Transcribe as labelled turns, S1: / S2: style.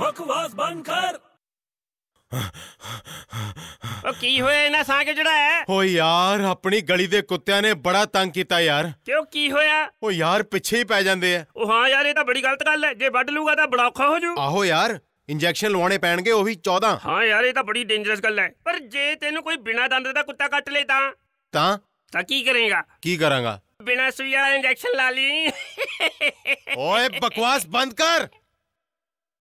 S1: ਬਕਵਾਸ ਬੰਦ ਕਰ
S2: ਉਹ ਕੀ ਹੋਇਆ ਇਹਨਾਂ ਸਾਹ ਕੇ ਚੜਾਇਆ
S3: ਓ ਯਾਰ ਆਪਣੀ ਗਲੀ ਦੇ ਕੁੱਤਿਆਂ ਨੇ ਬੜਾ ਤੰਗ ਕੀਤਾ ਯਾਰ
S2: ਕਿਉਂ ਕੀ ਹੋਇਆ
S3: ਓ ਯਾਰ ਪਿੱਛੇ ਹੀ ਪੈ ਜਾਂਦੇ ਆ
S2: ਉਹ ਹਾਂ ਯਾਰ ਇਹ ਤਾਂ ਬੜੀ ਗਲਤ ਗੱਲ ਹੈ ਜੇ ਵੱਢ ਲੂਗਾ ਤਾਂ ਬੜਾ ਔਖਾ ਹੋ ਜੂ
S3: ਆਹੋ ਯਾਰ ਇੰਜੈਕਸ਼ਨ ਲਵਾਉਣੇ ਪੈਣਗੇ ਉਹ ਵੀ 14
S2: ਹਾਂ ਯਾਰ ਇਹ ਤਾਂ ਬੜੀ ਡੇਂਜਰਸ ਗੱਲ ਹੈ ਪਰ ਜੇ ਤੈਨੂੰ ਕੋਈ ਬਿਨਾਂ ਦੰਦ ਦਾ ਕੁੱਤਾ ਕੱਟ ਲੇ ਤਾਂ
S3: ਤਾਂ
S2: ਤਾਂ ਕੀ ਕਰੇਗਾ
S3: ਕੀ ਕਰਾਂਗਾ
S2: ਬਿਨਾਂ ਸੂਈ ਵਾਲਾ ਇੰਜੈਕਸ਼ਨ ਲਾ ਲਈ
S3: ਓਏ ਬਕਵਾਸ ਬੰਦ ਕਰ